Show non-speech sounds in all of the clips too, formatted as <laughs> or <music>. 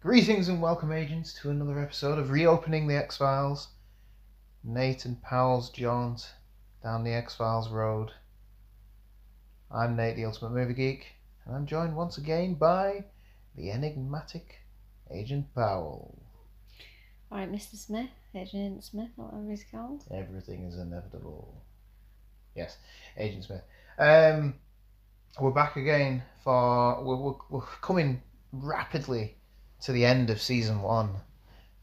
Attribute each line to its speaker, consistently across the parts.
Speaker 1: Greetings and welcome, agents, to another episode of Reopening the X Files. Nate and Powell's jaunt down the X Files road. I'm Nate, the Ultimate Movie Geek, and I'm joined once again by the enigmatic Agent Powell.
Speaker 2: All right, Mr. Smith, Agent Smith, or whatever he's called.
Speaker 1: Everything is inevitable. Yes, Agent Smith. Um, we're back again for we're, we're, we're coming rapidly to the end of season one,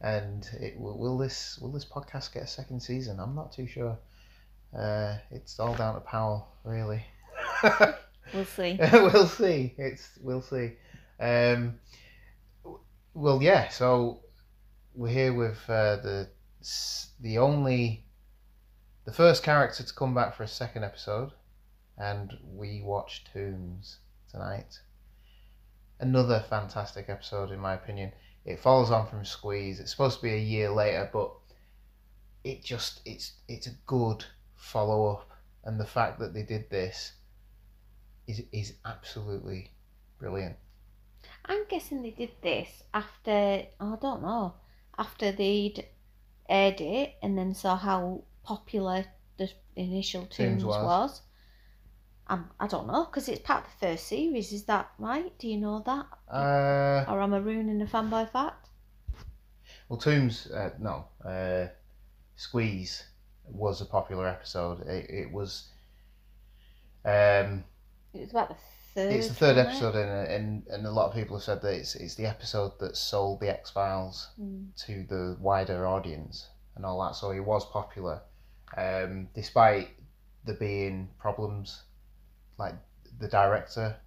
Speaker 1: and it, will, will this will this podcast get a second season? I'm not too sure. Uh, it's all down to Powell, really.
Speaker 2: We'll see.
Speaker 1: <laughs> we'll see. It's we'll see. Um, w- well, yeah. So we're here with uh, the s- the only the first character to come back for a second episode, and we watch Tombs tonight. Another fantastic episode, in my opinion. It follows on from Squeeze. It's supposed to be a year later, but it just it's it's a good follow up, and the fact that they did this is is absolutely brilliant.
Speaker 2: I'm guessing they did this after, I don't know, after they'd aired it and then saw how popular the initial
Speaker 1: Tombs
Speaker 2: Tombs
Speaker 1: was.
Speaker 2: was. Um, I don't know, because it's part of the first series, is that right? Do you know that?
Speaker 1: Uh,
Speaker 2: Or am I ruining the fanboy fact?
Speaker 1: well, Tombs, uh, no, uh, Squeeze was a popular episode. It, it was. Um,
Speaker 2: It was about the third
Speaker 1: it's the third
Speaker 2: wasn't it?
Speaker 1: episode, and, and and a lot of people have said that it's it's the episode that sold the X Files
Speaker 2: Mm.
Speaker 1: to the wider audience and all that. So he was popular, um, despite there being problems. Like the director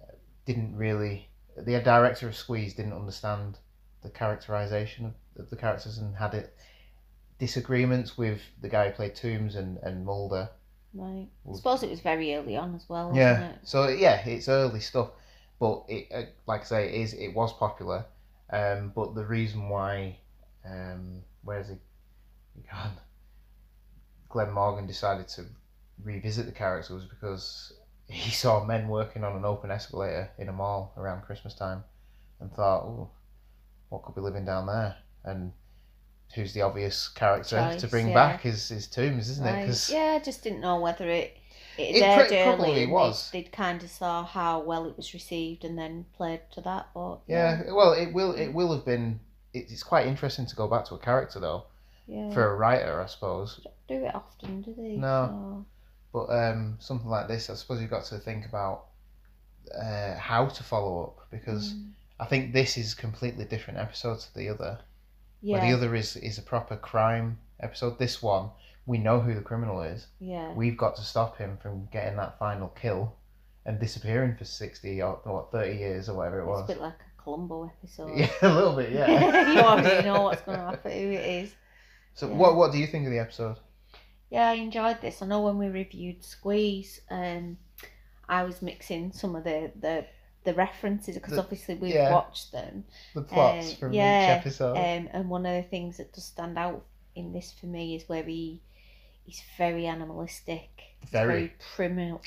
Speaker 1: uh, didn't really, the director of Squeeze didn't understand the characterization of the characters and had it disagreements with the guy who played Tombs and and Mulder.
Speaker 2: Right. I
Speaker 1: Well-
Speaker 2: suppose it was very early on as well, wasn't
Speaker 1: Yeah.
Speaker 2: it?
Speaker 1: So yeah, it's early stuff, but it uh, like I say, it is it was popular, um, but the reason why, um, where's he, he gone? Glenn Morgan decided to revisit the character was because he <laughs> saw men working on an open escalator in a mall around Christmas time, and thought, oh, what could be living down there? And who's the obvious character
Speaker 2: Choice,
Speaker 1: to bring
Speaker 2: yeah.
Speaker 1: back is is Tombs, isn't it?
Speaker 2: Right.
Speaker 1: 'Cause-
Speaker 2: Yeah, I just didn't know whether it it,
Speaker 1: It
Speaker 2: aired
Speaker 1: pre-
Speaker 2: early
Speaker 1: probably
Speaker 2: and
Speaker 1: was.
Speaker 2: They, would kind of saw how well it was received and then played to that. But
Speaker 1: Yeah, well, it will. It will have been. It, it's quite interesting to go back to a character though,
Speaker 2: yeah.
Speaker 1: for a writer, I suppose.
Speaker 2: do it often, do they?
Speaker 1: No. But um, something like this, I suppose you've got to think about uh, how to follow up
Speaker 2: So,
Speaker 1: because
Speaker 2: mm,
Speaker 1: I think this is completely different episode to the other.
Speaker 2: yeah,
Speaker 1: Where the other is is a proper crime episode. This one, we know who the criminal is.
Speaker 2: yeah,
Speaker 1: We've got to stop him from getting that final kill and disappearing for sixty or what thirty years or whatever it
Speaker 2: it's a
Speaker 1: was. <laughs>
Speaker 2: bit like a Columbo episode.
Speaker 1: Yeah, a little bit. Yeah.
Speaker 2: <laughs> you already know what's going to happen, who it is.
Speaker 1: So
Speaker 2: Yeah.
Speaker 1: what what do you think of the episode?
Speaker 2: Yeah, I enjoyed this. I know when we reviewed Squeeze, um, I was mixing some of the the, the references because
Speaker 1: The-
Speaker 2: obviously we've
Speaker 1: yeah.
Speaker 2: watched them.
Speaker 1: The plots
Speaker 2: Um,
Speaker 1: from
Speaker 2: yeah,
Speaker 1: each episode.
Speaker 2: Um, and one of the things that does stand out in this for me is where he he's very animalistic. It's
Speaker 1: Very.
Speaker 2: primal,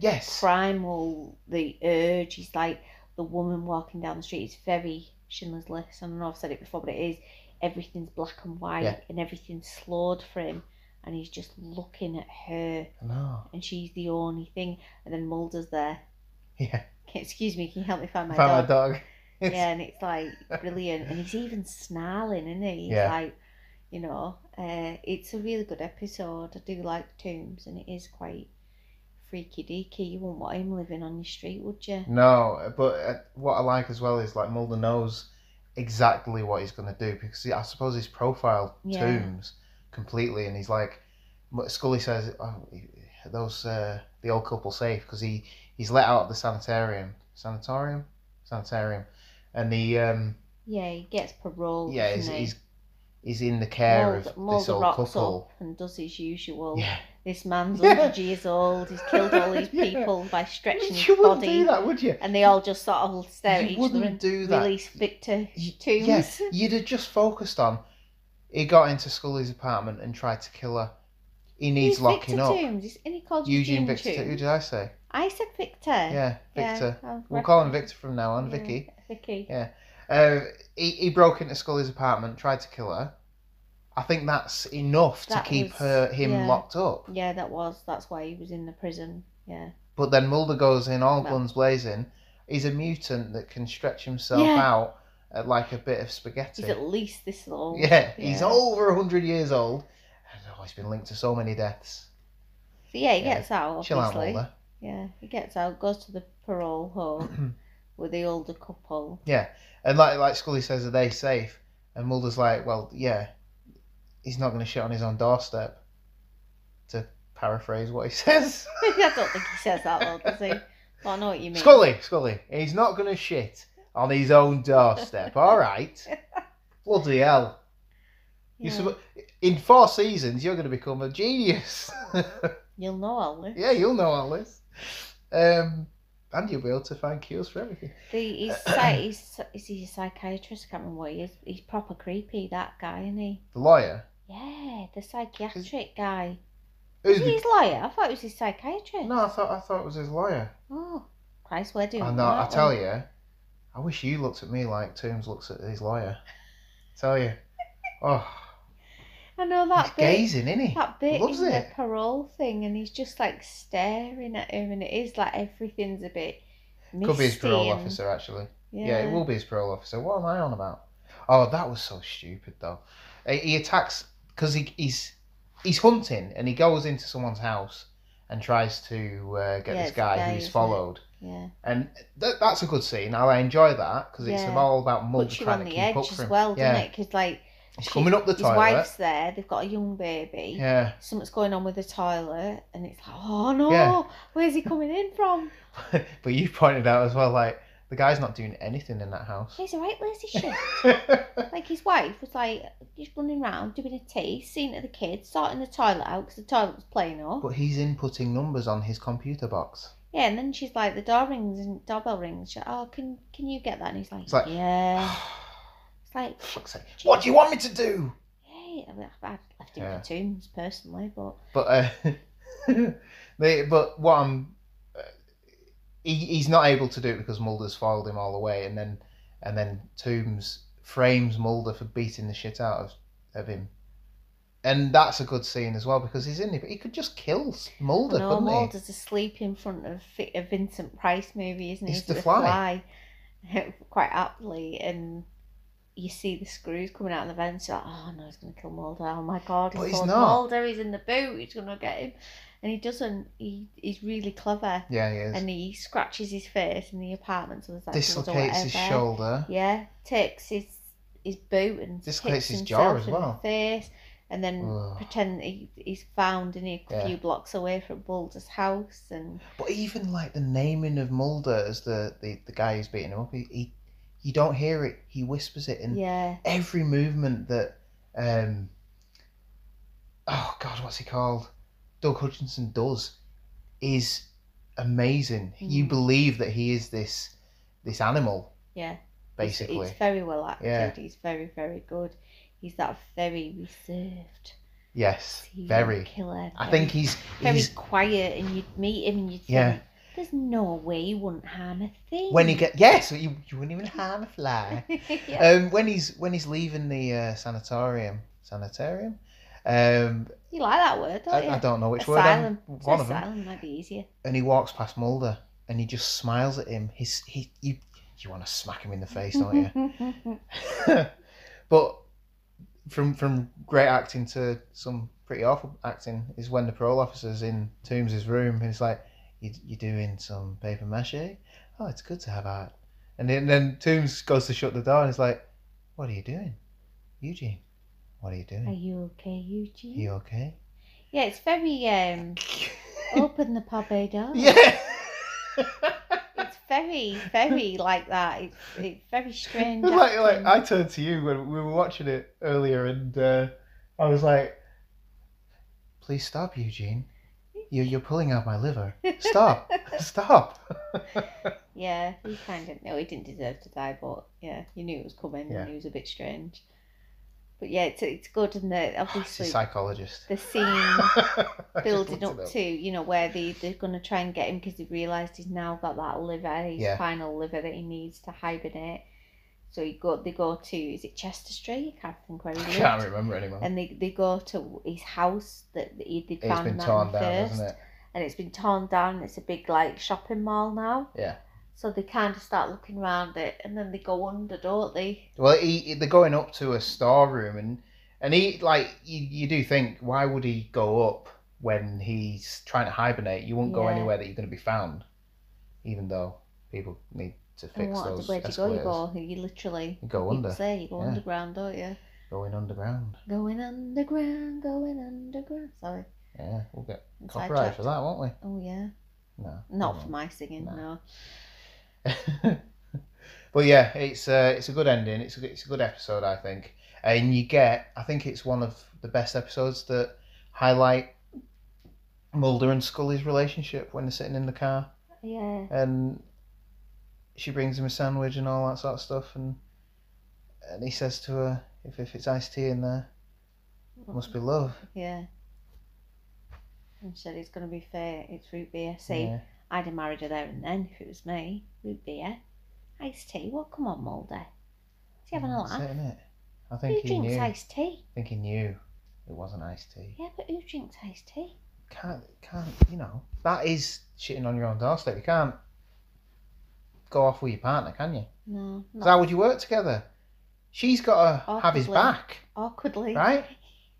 Speaker 1: yes.
Speaker 2: primal. The urge. He's like the woman walking down the street. It's very Schindler's List. I don't know if I've said it before, but it is. everything's black and white
Speaker 1: Yeah.
Speaker 2: and everything's slowed for him, and he's just looking at her,
Speaker 1: No. <laughs>
Speaker 2: and she's the only thing. And then Mulder's there. <laughs>
Speaker 1: Yeah.
Speaker 2: "Okay, Excuse me, can you help me find my
Speaker 1: Found
Speaker 2: dog?
Speaker 1: my dog. <laughs>
Speaker 2: Yeah, and it's like brilliant, and he's even snarling, isn't he? He's
Speaker 1: Yeah.
Speaker 2: like, you know, uh, it's a really good episode. I do like Tombs, and it is quite freaky deaky. You wouldn't want him living on your street, would
Speaker 1: Mm.
Speaker 2: you?
Speaker 1: No, but uh, what I like as well is like Mulder knows exactly what he's going to do because he, I suppose his profile
Speaker 2: Yeah.
Speaker 1: tombs completely, and he's like, but Scully says, oh, "Those uh, the old couple safe because he he's let out of the sanitarium, sanatorium, sanitarium, and he um
Speaker 2: Yeah, he gets parole.
Speaker 1: yeah he's
Speaker 2: doesn't he?
Speaker 1: he's, he's in the care
Speaker 2: Mulder,
Speaker 1: of this
Speaker 2: Mulder
Speaker 1: old
Speaker 2: rocks
Speaker 1: couple.
Speaker 2: up and does his usual.
Speaker 1: Yeah,
Speaker 2: This
Speaker 1: <laughs>
Speaker 2: man's
Speaker 1: Yeah.
Speaker 2: 100 years old. He's killed all these
Speaker 1: <laughs> Yeah.
Speaker 2: people by stretching his
Speaker 1: you wouldn't
Speaker 2: body.
Speaker 1: do that, would you?
Speaker 2: And they all just sort of stare at
Speaker 1: You
Speaker 2: each other
Speaker 1: wouldn't
Speaker 2: and
Speaker 1: do that.
Speaker 2: release Victor
Speaker 1: Y-
Speaker 2: Tombs.
Speaker 1: Yeah, you'd have just focused on. He got into Scully's apartment and tried to kill her. He needs
Speaker 2: Who's
Speaker 1: locking
Speaker 2: Victor
Speaker 1: up.
Speaker 2: Tombs? Is- Isn't he called
Speaker 1: Eugene
Speaker 2: Eugene
Speaker 1: Victor.
Speaker 2: Tombs?
Speaker 1: Who did I say?
Speaker 2: I said Victor.
Speaker 1: Yeah,
Speaker 2: Yeah,
Speaker 1: Victor.
Speaker 2: I'll
Speaker 1: we'll
Speaker 2: ref-
Speaker 1: call him Victor from now on,
Speaker 2: Yeah,
Speaker 1: Vicky.
Speaker 2: Vicky.
Speaker 1: Yeah. Uh, he, he broke into Scully's apartment, tried to kill her. I think that's enough
Speaker 2: That
Speaker 1: to keep
Speaker 2: was-
Speaker 1: her him
Speaker 2: yeah.
Speaker 1: locked up.
Speaker 2: Yeah, that was. That's why he was in the prison. Yeah.
Speaker 1: But then Mulder goes in all
Speaker 2: Well.
Speaker 1: guns blazing. He's a mutant that can stretch himself
Speaker 2: Yeah.
Speaker 1: out uh, like a bit of spaghetti.
Speaker 2: He's at least this old.
Speaker 1: Yeah, he's
Speaker 2: Yeah.
Speaker 1: over 100 years old. And, oh, he's been linked to so many deaths.
Speaker 2: So yeah, he
Speaker 1: Yeah.
Speaker 2: gets out,
Speaker 1: Chill out,
Speaker 2: obviously.
Speaker 1: Mulder.
Speaker 2: yeah, he gets out, goes to the parole
Speaker 1: <clears throat>
Speaker 2: home with the older couple. <laughs>
Speaker 1: Yeah, and like like Scully says, are they safe? And Mulder's like, well, yeah, he's not going to shit on his own doorstep. To paraphrase what he <laughs> says,
Speaker 2: I don't think he says that though, does he? But I know what you mean.
Speaker 1: Scully, Scully, he's not going to shit on his own doorstep. All right,
Speaker 2: <laughs>
Speaker 1: bloody hell.
Speaker 2: Yeah.
Speaker 1: You're suppo- in four seasons, you're going to become a genius. <laughs>
Speaker 2: You'll know, I'll
Speaker 1: yeah, you'll know all this. Um, and you'll be able to find cures for everything.
Speaker 2: The, he's, psy- he's, is he a psychiatrist? I can't remember what he is. He's proper creepy, that guy, isn't he?
Speaker 1: The lawyer,
Speaker 2: Yeah, the psychiatric guy.
Speaker 1: who's
Speaker 2: Is he
Speaker 1: the
Speaker 2: his lawyer? I thought it was his
Speaker 1: <laughs>
Speaker 2: psychiatrist.
Speaker 1: No, I thought I thought it was his lawyer.
Speaker 2: Oh, Christ, we're doing
Speaker 1: I
Speaker 2: well,
Speaker 1: know. I
Speaker 2: aren't
Speaker 1: tell
Speaker 2: we?
Speaker 1: you, I wish you looked at me like Toombs looks at his lawyer. tell you, oh,
Speaker 2: I know that
Speaker 1: he's
Speaker 2: bit.
Speaker 1: gazing, isn't he?
Speaker 2: That bit
Speaker 1: Loves
Speaker 2: in
Speaker 1: it.
Speaker 2: the parole thing, and he's just like staring at him, and it is like everything's a bit. Misty
Speaker 1: Could be his parole
Speaker 2: and-
Speaker 1: officer actually.
Speaker 2: Yeah.
Speaker 1: Yeah. it will be his parole officer. What am I on about? Oh, that was so stupid though. He, he attacks because he, he's he's hunting and he goes into someone's house and tries to uh, get
Speaker 2: Yeah,
Speaker 1: this
Speaker 2: it's the
Speaker 1: guy,
Speaker 2: guy,
Speaker 1: who's
Speaker 2: isn't it?
Speaker 1: followed.
Speaker 2: Yeah.
Speaker 1: And th- that's a good scene. I enjoy that because it's
Speaker 2: Yeah.
Speaker 1: all about Mulder
Speaker 2: Puts you
Speaker 1: trying
Speaker 2: on
Speaker 1: to
Speaker 2: the
Speaker 1: keep
Speaker 2: edge
Speaker 1: up for
Speaker 2: as
Speaker 1: him.
Speaker 2: well,
Speaker 1: yeah,
Speaker 2: doesn't it? Because like
Speaker 1: he's
Speaker 2: she-
Speaker 1: coming up the
Speaker 2: his
Speaker 1: toilet.
Speaker 2: wife's there. They've got a young baby.
Speaker 1: Yeah. <laughs>
Speaker 2: Something's going on with the toilet, and it's like, oh no,
Speaker 1: Yeah.
Speaker 2: where's he coming in from?
Speaker 1: but you pointed out as well, like the guy's not doing anything in that house.
Speaker 2: He's all right. Where's his shit?
Speaker 1: yeah,
Speaker 2: Like his wife was like just running around doing a tea, seeing to the kids, sorting the toilet out because the toilet was playing up.
Speaker 1: <laughs> but he's inputting numbers on his computer box.
Speaker 2: Yeah, and then she's like, the door rings and doorbell rings. She's like, oh, can can you get that? And he's like,
Speaker 1: It's like-
Speaker 2: yeah. it's
Speaker 1: <sighs>
Speaker 2: like,
Speaker 1: Fuck's sake! What do you want me to do?
Speaker 2: hey, I mean, I've left him
Speaker 1: Yeah.
Speaker 2: for tombs personally, but
Speaker 1: But uh, <laughs> they, but what I'm, uh, he, he's not able to do it because Mulder's foiled him all the way, and then and then Toombs frames Mulder for beating the shit out of, of him. And that's a good scene as well because he's in it, but he could just kill Mulder,
Speaker 2: no,
Speaker 1: couldn't he?
Speaker 2: Mulder's asleep in front of Fi- a Vincent Price movie, isn't it?
Speaker 1: It's
Speaker 2: Is it
Speaker 1: The
Speaker 2: The
Speaker 1: Fly.
Speaker 2: Fly? <laughs> Quite aptly, and you see the screws coming out of the vents. You're like, oh no, he's going to kill Mulder. Oh my god,
Speaker 1: But
Speaker 2: he's,
Speaker 1: he's
Speaker 2: called
Speaker 1: not.
Speaker 2: Mulder. He's in the boot. He's going to get him, and he doesn't. He he's really clever.
Speaker 1: Yeah, he is.
Speaker 2: And he scratches his face in the apartment, so there's like blood or
Speaker 1: dislocates his
Speaker 2: whatever.
Speaker 1: shoulder.
Speaker 2: Yeah, takes his his boot and
Speaker 1: Dislocates
Speaker 2: hits
Speaker 1: his jaw
Speaker 2: himself
Speaker 1: as
Speaker 2: in the
Speaker 1: well.
Speaker 2: face, and then
Speaker 1: Ugh.
Speaker 2: pretend he, he's found in a
Speaker 1: Yeah.
Speaker 2: few blocks away from Balder's house, and
Speaker 1: But even like the naming of Mulder as the, the, the guy who's beating him up, he, he you don't hear it. He whispers it, and
Speaker 2: yeah,
Speaker 1: every movement that um oh god, what's he called? Doug Hutchinson does is amazing. You
Speaker 2: Mm.
Speaker 1: believe that he is this this animal
Speaker 2: yeah. It's-
Speaker 1: basically.
Speaker 2: it's, very well acted.
Speaker 1: Yeah.
Speaker 2: He's very very good. He's that very reserved,
Speaker 1: yes,
Speaker 2: serial
Speaker 1: very.
Speaker 2: killer.
Speaker 1: I
Speaker 2: very-
Speaker 1: think he's
Speaker 2: very
Speaker 1: he's
Speaker 2: quiet, and you'd meet him, and you'd
Speaker 1: Yeah.
Speaker 2: think, There's no way you wouldn't harm a thing. <laughs>
Speaker 1: When he get yes, you, you wouldn't even harm a fly.
Speaker 2: yeah.
Speaker 1: um, when he's when he's leaving the uh, sanatorium, sanitarium. Um,
Speaker 2: you like that word, don't you?
Speaker 1: I, I don't know which
Speaker 2: asylum.
Speaker 1: word. I'm,
Speaker 2: Say
Speaker 1: one of them.
Speaker 2: asylum might be easier.
Speaker 1: and he walks past Mulder, and he just smiles at him. He's he you you want to smack him in the face, don't you?
Speaker 2: <laughs>
Speaker 1: but from from great acting to some pretty awful acting is when the parole officer's in Toombs' room and it's like, you, You're doing some paper mache? Oh, it's good to have art. And then, then Toombs goes to shut the door and it's like, What are you doing? Eugene, what are you
Speaker 2: Are
Speaker 1: doing?
Speaker 2: you okay, Eugene?
Speaker 1: you okay?
Speaker 2: Yeah, it's very um.
Speaker 1: <laughs>
Speaker 2: open the pub door.
Speaker 1: yeah! <laughs>
Speaker 2: It's very, very like that. It's, it's very strange.
Speaker 1: It was like, like
Speaker 2: acting.
Speaker 1: I turned to you when we were watching it earlier, and uh, I was like, "Please stop, Eugene. You you're pulling out my liver.
Speaker 2: <laughs>
Speaker 1: Stop, stop."
Speaker 2: Yeah, he kind of no, he didn't deserve to die, but yeah, you knew it was coming,
Speaker 1: Yeah.
Speaker 2: and it was a bit strange. But yeah, it's it's good, and the
Speaker 1: She's a
Speaker 2: obviously
Speaker 1: psychologist.
Speaker 2: the scene
Speaker 1: I just
Speaker 2: building
Speaker 1: <laughs> looked it
Speaker 2: up to you know where they they're gonna try and get him because they realised he's now got that liver, his
Speaker 1: Yeah.
Speaker 2: final liver that he needs to hibernate. So he go they go to is it Chester Street? I can't think where he
Speaker 1: I
Speaker 2: lived.
Speaker 1: can't remember anymore.
Speaker 2: And they, they go to his house that he they
Speaker 1: it's
Speaker 2: found
Speaker 1: been
Speaker 2: that
Speaker 1: torn
Speaker 2: in
Speaker 1: down,
Speaker 2: first,
Speaker 1: hasn't it?
Speaker 2: and it's been torn down. and It's a big like shopping mall now.
Speaker 1: Yeah.
Speaker 2: So they kind of start looking around it, and then they go under, don't they?
Speaker 1: Well, he, he- they're going up to a storeroom, and and he like you, you do think why would he go up when he's trying to hibernate? You won't go
Speaker 2: Yeah.
Speaker 1: anywhere that you're going to be found, even though people need to
Speaker 2: And
Speaker 1: fix
Speaker 2: what
Speaker 1: those
Speaker 2: where do you go? You
Speaker 1: escalators.
Speaker 2: go, you literally
Speaker 1: You go
Speaker 2: people
Speaker 1: under,
Speaker 2: Say you go
Speaker 1: yeah.
Speaker 2: underground, don't you?
Speaker 1: going underground.
Speaker 2: Going underground, going underground. Sorry,
Speaker 1: Yeah, we'll get
Speaker 2: I'm
Speaker 1: copyright for
Speaker 2: sidetracked.
Speaker 1: that, won't we?
Speaker 2: Oh yeah,
Speaker 1: No,
Speaker 2: not
Speaker 1: we
Speaker 2: for my singing.
Speaker 1: No.
Speaker 2: No,
Speaker 1: won't. <laughs> but yeah, it's uh, it's a good ending. It's a good, it's a good episode, I think. And you get, I think it's one of the best episodes that highlight Mulder and Scully's relationship when they're sitting in the car.
Speaker 2: yeah,
Speaker 1: and she brings him a sandwich and all that sort of stuff and and he says to her if, if it's iced tea in there it must be love
Speaker 2: yeah. And said it's gonna be fair. It's root beer. See, I'd have married her there and then if it was me. Root beer, iced tea. What? Come on, Mulder. Is he having a
Speaker 1: That's
Speaker 2: laugh?
Speaker 1: it, innit? I
Speaker 2: Who
Speaker 1: think he
Speaker 2: drinks
Speaker 1: knew I
Speaker 2: iced tea?
Speaker 1: think he knew it wasn't iced tea
Speaker 2: Yeah, but who drinks iced tea?
Speaker 1: can't can't you know that is shitting on your own doorstep you can't go off with your partner can you 'Cause
Speaker 2: No, not
Speaker 1: how would you work together she's got to have his
Speaker 2: Awkwardly.
Speaker 1: back
Speaker 2: awkwardly.
Speaker 1: right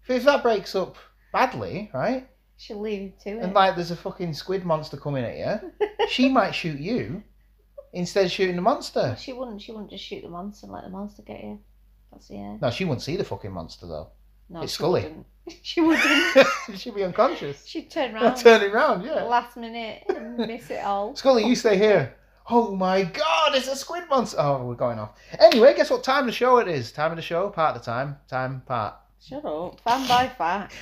Speaker 1: if, if that breaks up badly right
Speaker 2: She'll leave him to it.
Speaker 1: and like there's a fucking squid monster coming at you,
Speaker 2: <laughs>
Speaker 1: she might shoot you instead of shooting the monster.
Speaker 2: she wouldn't. She wouldn't just shoot the monster and let the monster get you. That's yeah.
Speaker 1: No, she wouldn't see the fucking monster
Speaker 2: <laughs>
Speaker 1: though. <laughs>
Speaker 2: No,
Speaker 1: It's
Speaker 2: she
Speaker 1: Scully.
Speaker 2: Wouldn't. <laughs>
Speaker 1: <laughs>
Speaker 2: She wouldn't.
Speaker 1: She'd be unconscious.
Speaker 2: She'd turn
Speaker 1: <laughs>
Speaker 2: round
Speaker 1: Turning round,
Speaker 2: at the
Speaker 1: yeah.
Speaker 2: last minute <laughs> and miss it all.
Speaker 1: Scully, you stay here. Oh my god, it's a squid monster. Oh, we're going off. Anyway, guess what time of the show it is? Time of the show, part of the time, time, part.
Speaker 2: Shut up. Fan by fact.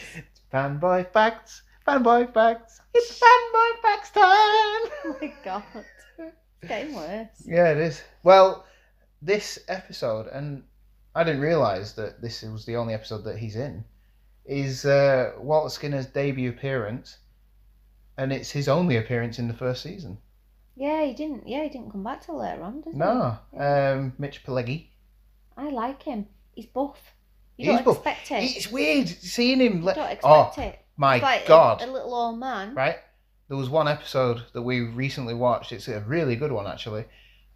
Speaker 1: Fanboy facts, fanboy facts. It's fanboy facts time. <laughs>
Speaker 2: Oh my god. It's getting worse.
Speaker 1: Yeah, it is. Well, this episode, and I didn't realise that this was the only episode that he's in, is uh, Walter Skinner's debut appearance, and it's his only appearance in the first season.
Speaker 2: Yeah, he didn't. Yeah, he didn't come back till later on, did
Speaker 1: No,
Speaker 2: he?
Speaker 1: um, Mitch Pileggi.
Speaker 2: I like him. He's buff. You
Speaker 1: He's
Speaker 2: don't
Speaker 1: buff.
Speaker 2: expect it.
Speaker 1: It's weird seeing him.
Speaker 2: You
Speaker 1: Like,
Speaker 2: don't expect
Speaker 1: oh
Speaker 2: it.
Speaker 1: my
Speaker 2: It's like a-
Speaker 1: god!
Speaker 2: A, little old man.
Speaker 1: Right? There was one episode that we recently watched. It's a really good one actually.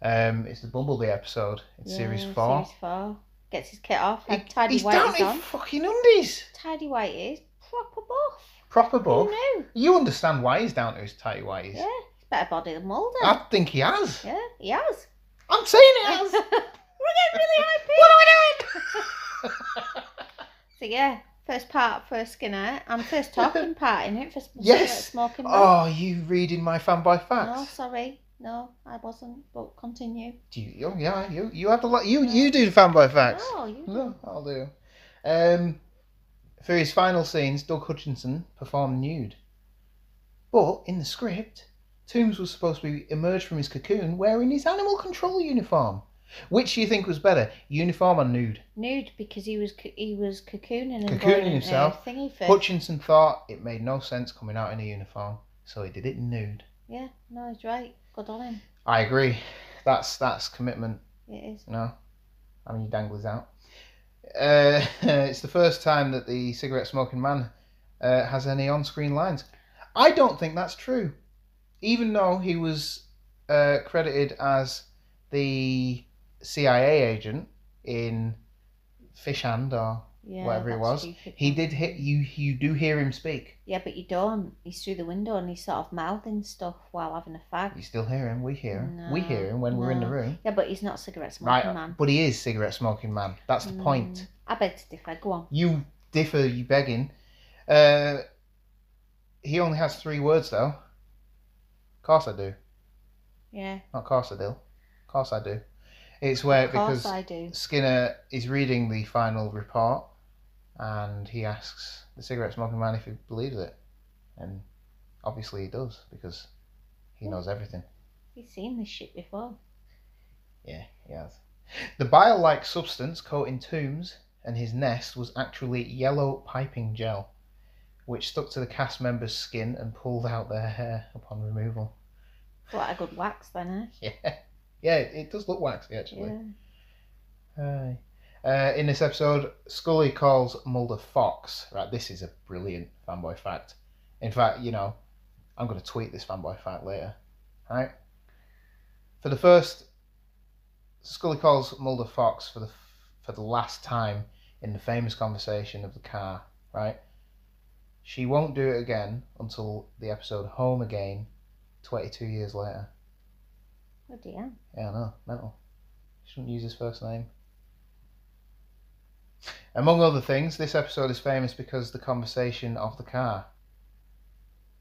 Speaker 1: Um, it's the Bumblebee episode in series
Speaker 2: Yeah,
Speaker 1: four.
Speaker 2: Series four. Gets his kit off.
Speaker 1: He-
Speaker 2: had tidy
Speaker 1: he's
Speaker 2: white
Speaker 1: down
Speaker 2: is
Speaker 1: in
Speaker 2: on.
Speaker 1: fucking undies.
Speaker 2: Tidy white is proper buff.
Speaker 1: Proper buff.
Speaker 2: Who knew?
Speaker 1: You understand why he's down to his tight why he's.
Speaker 2: Yeah, he's better body than Mulder.
Speaker 1: I think he has.
Speaker 2: Yeah, he has.
Speaker 1: I'm saying he
Speaker 2: <laughs> We're
Speaker 1: has.
Speaker 2: getting
Speaker 1: <laughs>
Speaker 2: really high pitched. <laughs> So yeah, first part, first Skinner, and
Speaker 1: <laughs>
Speaker 2: first talking part in it. First
Speaker 1: Yes.
Speaker 2: smoking. man.
Speaker 1: oh, you reading my fanboy
Speaker 2: No,
Speaker 1: facts?
Speaker 2: sorry, no, I wasn't. But continue.
Speaker 1: Do you? Oh, yeah, you you have a lot. You you do fanboy facts.
Speaker 2: No, Oh, you.
Speaker 1: No, I'll do. Um, for his final scenes, Doug Hutchinson performed nude. But in the script, Toombs was supposed to be emerged from his cocoon wearing his animal control uniform. Which do you think was better, uniform or nude?
Speaker 2: Nude because he was co- he was cocooning and
Speaker 1: Cocooning
Speaker 2: going in a
Speaker 1: himself.
Speaker 2: Thingy first.
Speaker 1: Hutchinson thought it made no sense coming out in a uniform, so he did it nude.
Speaker 2: Yeah, no, he's right. Good on him.
Speaker 1: I agree. That's that's commitment.
Speaker 2: It is.
Speaker 1: You know, I mean, you danglers out. Uh, <laughs> it's the first time that the cigarette smoking man uh, has any on screen lines. I don't think that's true, even though he was uh, credited as the CIA agent in Fishhand or
Speaker 2: Yeah,
Speaker 1: whatever it
Speaker 2: that
Speaker 1: was.
Speaker 2: stupid
Speaker 1: He
Speaker 2: one.
Speaker 1: did hit you. You do hear him speak.
Speaker 2: Yeah, but you don't. He's through the window and he's sort of mouthing stuff while having a fag.
Speaker 1: You still hear him. We hear him. we
Speaker 2: No,
Speaker 1: hear him when we're in the
Speaker 2: no.
Speaker 1: room.
Speaker 2: Yeah, but he's not a cigarette
Speaker 1: Right,
Speaker 2: smoking man.
Speaker 1: but he is cigarette smoking man. That's the point.
Speaker 2: Mm, I beg to differ. Go on.
Speaker 1: You differ, you begging. Uh, he only has three words though. course I do.
Speaker 2: Yeah.
Speaker 1: Not course I do. course I do. It's where
Speaker 2: Of course
Speaker 1: because
Speaker 2: I do.
Speaker 1: Skinner is reading the final report, and he asks the cigarette smoking man if he believes it, and obviously he does because he knows everything.
Speaker 2: He's seen this shit before.
Speaker 1: Yeah, he has. The bile like substance coating Toombs and his nest was actually yellow piping gel, which stuck to the cast member's skin and pulled out their hair upon removal. <laughs>
Speaker 2: What a good wax then,
Speaker 1: Yeah. Yeah, it it does look waxy
Speaker 2: eh?
Speaker 1: actually.
Speaker 2: Yeah.
Speaker 1: Aye. Uh, in this episode, Scully calls Mulder Fox. Right, this is a brilliant fanboy fact. In fact, you know, I'm going to tweet this fanboy fact later. Right? For the first, Scully calls Mulder Fox for the for the last time in the famous conversation of the car. Right? She won't do it again until the episode Home Again, 22 years later.
Speaker 2: Oh dear.
Speaker 1: Yeah, I know. Mental. Shouldn't use his first name. Among other things, this episode is famous because the conversation of the car.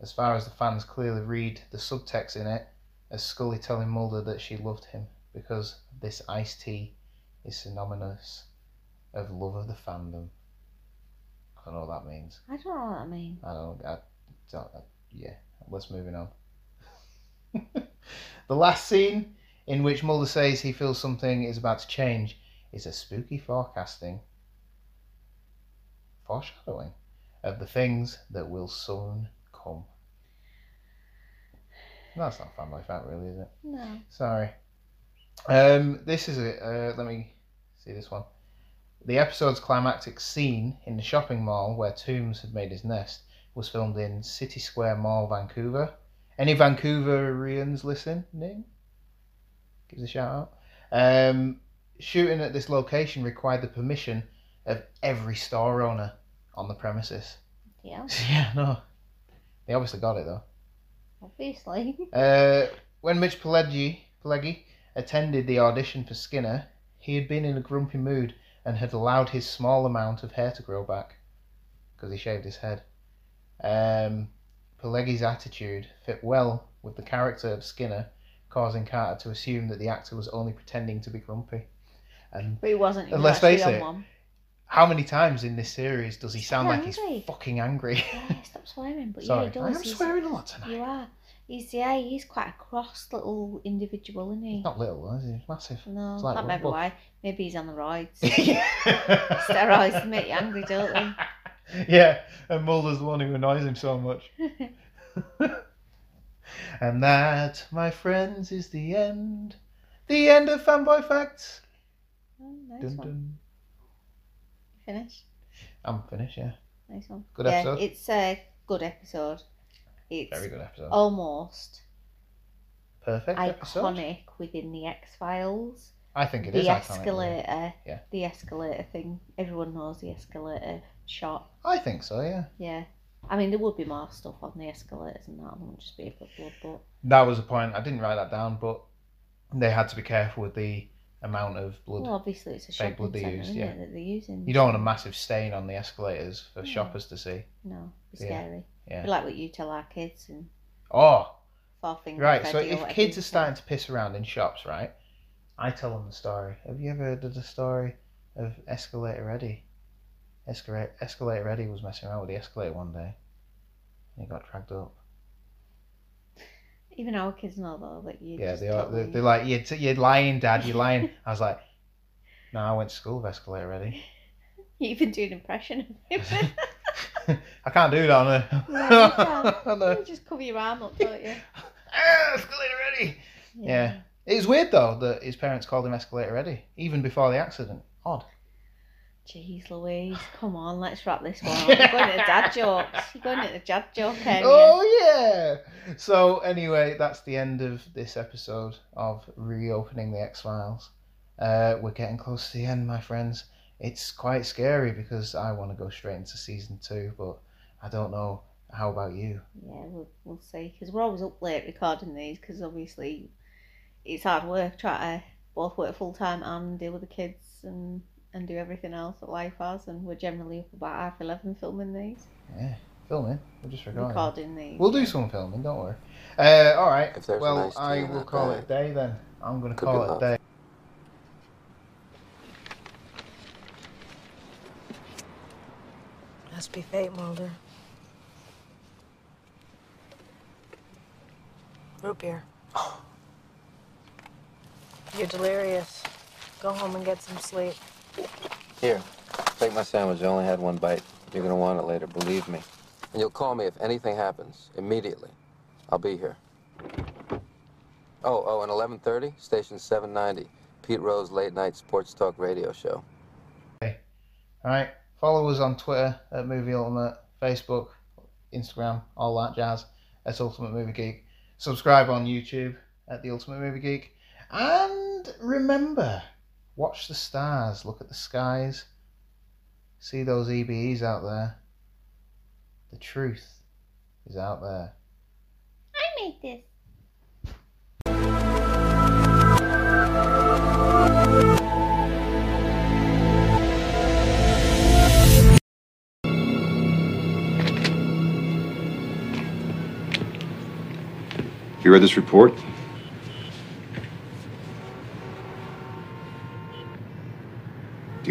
Speaker 1: As far as the fans clearly read the subtext in it, as Scully telling Mulder that she loved him because this iced tea is synonymous of love of the fandom. I don't know what that means.
Speaker 2: I don't know what that means.
Speaker 1: I don't. I don't. I, yeah. Let's moving on. <laughs> the last scene in which Mulder says he feels something is about to change is a spooky forecasting, foreshadowing of the things that will soon come. <sighs> That's not family fact, really, is it?
Speaker 2: No.
Speaker 1: Sorry. Um, this is a. Uh, let me see this one. The episode's climactic scene in the shopping mall where Toombs had made his nest was filmed in City Square Mall, Vancouver. Any Vancouverians listening? Gives a shout out. Um, shooting at this location required the permission of every store owner on the premises. <laughs>
Speaker 2: Yeah.
Speaker 1: yeah, no. They obviously got it though.
Speaker 2: Obviously. <laughs>
Speaker 1: Uh, when Mitch Pileggi, Pileggi attended the audition for Skinner, he had been in a grumpy mood and had allowed his small amount of hair to grow back because he shaved his head. Um, Pileggi's attitude fit well with the character of Skinner, causing Carter to assume that the actor was only pretending to be grumpy. And
Speaker 2: But he wasn't. he
Speaker 1: And
Speaker 2: was
Speaker 1: let's face
Speaker 2: actually on
Speaker 1: it.
Speaker 2: One.
Speaker 1: how many times in this series does he sound like he's
Speaker 2: Angry.
Speaker 1: fucking angry?
Speaker 2: Yeah, stop swearing.
Speaker 1: <laughs>
Speaker 2: But
Speaker 1: Sorry,
Speaker 2: yeah, he
Speaker 1: I
Speaker 2: does.
Speaker 1: am
Speaker 2: He's-
Speaker 1: swearing a lot tonight.
Speaker 2: You are. He's yeah. He's quite a cross little individual, isn't he?
Speaker 1: He's not little, is he? He's
Speaker 2: <laughs>
Speaker 1: Massive. <laughs>
Speaker 2: No,
Speaker 1: It's like
Speaker 2: can't remember
Speaker 1: Wolf.
Speaker 2: why. Maybe he's on
Speaker 1: <laughs>
Speaker 2: the roids.
Speaker 1: Steroids
Speaker 2: Steroids make you angry,
Speaker 1: <laughs>
Speaker 2: don't
Speaker 1: they? Yeah, and Mulder's the one who annoys him so much. <laughs> and that, my friends, is the end. The end of Fanboy Facts.
Speaker 2: Oh, nice
Speaker 1: Dun,
Speaker 2: one.
Speaker 1: dun.
Speaker 2: Finish.
Speaker 1: I'm finished, yeah.
Speaker 2: Nice one.
Speaker 1: Good
Speaker 2: yeah,
Speaker 1: episode.
Speaker 2: It's a good episode. It's
Speaker 1: Very good episode.
Speaker 2: almost
Speaker 1: Perfect episode.
Speaker 2: iconic within the X Files.
Speaker 1: I think it is
Speaker 2: The
Speaker 1: iconic, yeah.
Speaker 2: escalator.
Speaker 1: Yeah.
Speaker 2: The escalator thing. Everyone knows the escalator shot.
Speaker 1: I think so, yeah.
Speaker 2: Yeah. I mean, there would be more stuff on the escalators and that. It wouldn't just be a blood, blood, but
Speaker 1: That was a point. I didn't write that down, but they had to be careful with the amount of blood.
Speaker 2: well, obviously it's a
Speaker 1: Fake
Speaker 2: shopping
Speaker 1: blood they
Speaker 2: centre,
Speaker 1: used,
Speaker 2: isn't
Speaker 1: yeah.
Speaker 2: it, that they're using.
Speaker 1: you don't want a massive stain on the escalators for
Speaker 2: Yeah.
Speaker 1: shoppers to see.
Speaker 2: No, it'd be
Speaker 1: Yeah.
Speaker 2: scary.
Speaker 1: Yeah.
Speaker 2: Be Hmm. like what you tell our kids and
Speaker 1: Oh,
Speaker 2: four fingers.
Speaker 1: Right, so
Speaker 2: Freddy or
Speaker 1: if
Speaker 2: whatever
Speaker 1: kids
Speaker 2: you
Speaker 1: are starting to piss around in shops, right? I tell them the story. Have you ever heard of the story of Escalator Eddie? Escalator, Escalator Eddie was messing around with the escalator one day and he got dragged up.
Speaker 2: Even our kids know though that you.
Speaker 1: yeah,
Speaker 2: just
Speaker 1: they are,
Speaker 2: totally-
Speaker 1: they're, they're like, you're, t- you're lying, Dad, you're
Speaker 2: <laughs>
Speaker 1: lying. I was like, no, I went to school with Escalator Eddie. <laughs>
Speaker 2: <laughs> You even do an impression of him.
Speaker 1: I can't do that on a.
Speaker 2: No, you can't.
Speaker 1: on a- <laughs>
Speaker 2: <laughs> you just cover your arm up, don't you?
Speaker 1: ah, escalator Eddie. <laughs> Yeah. It was weird though that his parents called him Escalator Eddie, even before the accident. Odd.
Speaker 2: Jeez Louise, come on, let's wrap this one up. You're going into dad jokes. You're going into dad joke area.
Speaker 1: Oh yeah. So anyway, that's the end of this episode of reopening the X Files. Uh, we're getting close to the end, my friends. It's quite scary because I want to go straight into season two, but I don't know. How about you?
Speaker 2: Yeah, we'll, we'll see. Because we're always up late recording these, because obviously it's hard work trying to both work full time and deal with the kids and, and do everything else that life has. And we're generally up about half 11 filming these,
Speaker 1: Yeah, filming. We'll just regard it.
Speaker 2: recording these.
Speaker 1: Oh, We'll do some filming. Don't worry. Uh, all right.
Speaker 3: If there's a
Speaker 1: Well,
Speaker 3: nice tea
Speaker 1: I
Speaker 3: in
Speaker 1: will
Speaker 3: that
Speaker 1: call
Speaker 3: bag.
Speaker 1: it a day then. I'm going to
Speaker 3: Could
Speaker 1: call
Speaker 3: be
Speaker 1: it a
Speaker 3: love.
Speaker 1: day.
Speaker 4: Must be fate, Mulder. Root beer. You're delirious. Go home and get some sleep.
Speaker 3: Here, take my sandwich. I only had one bite. You're gonna want it later, believe me. And you'll call me if anything happens. Immediately. I'll be here. Oh, oh, and 11:30, station 790, Pete Rose late night sports talk radio show.
Speaker 1: All right. Follow us on Twitter at Movie Ultimate, Facebook, Instagram, all that jazz at Ultimate Movie Geek. Subscribe on YouTube at The Ultimate Movie Geek. And remember, watch the stars, look at the skies, see those EBEs out there. The truth is out there.
Speaker 2: I made this.
Speaker 5: You read this report? Do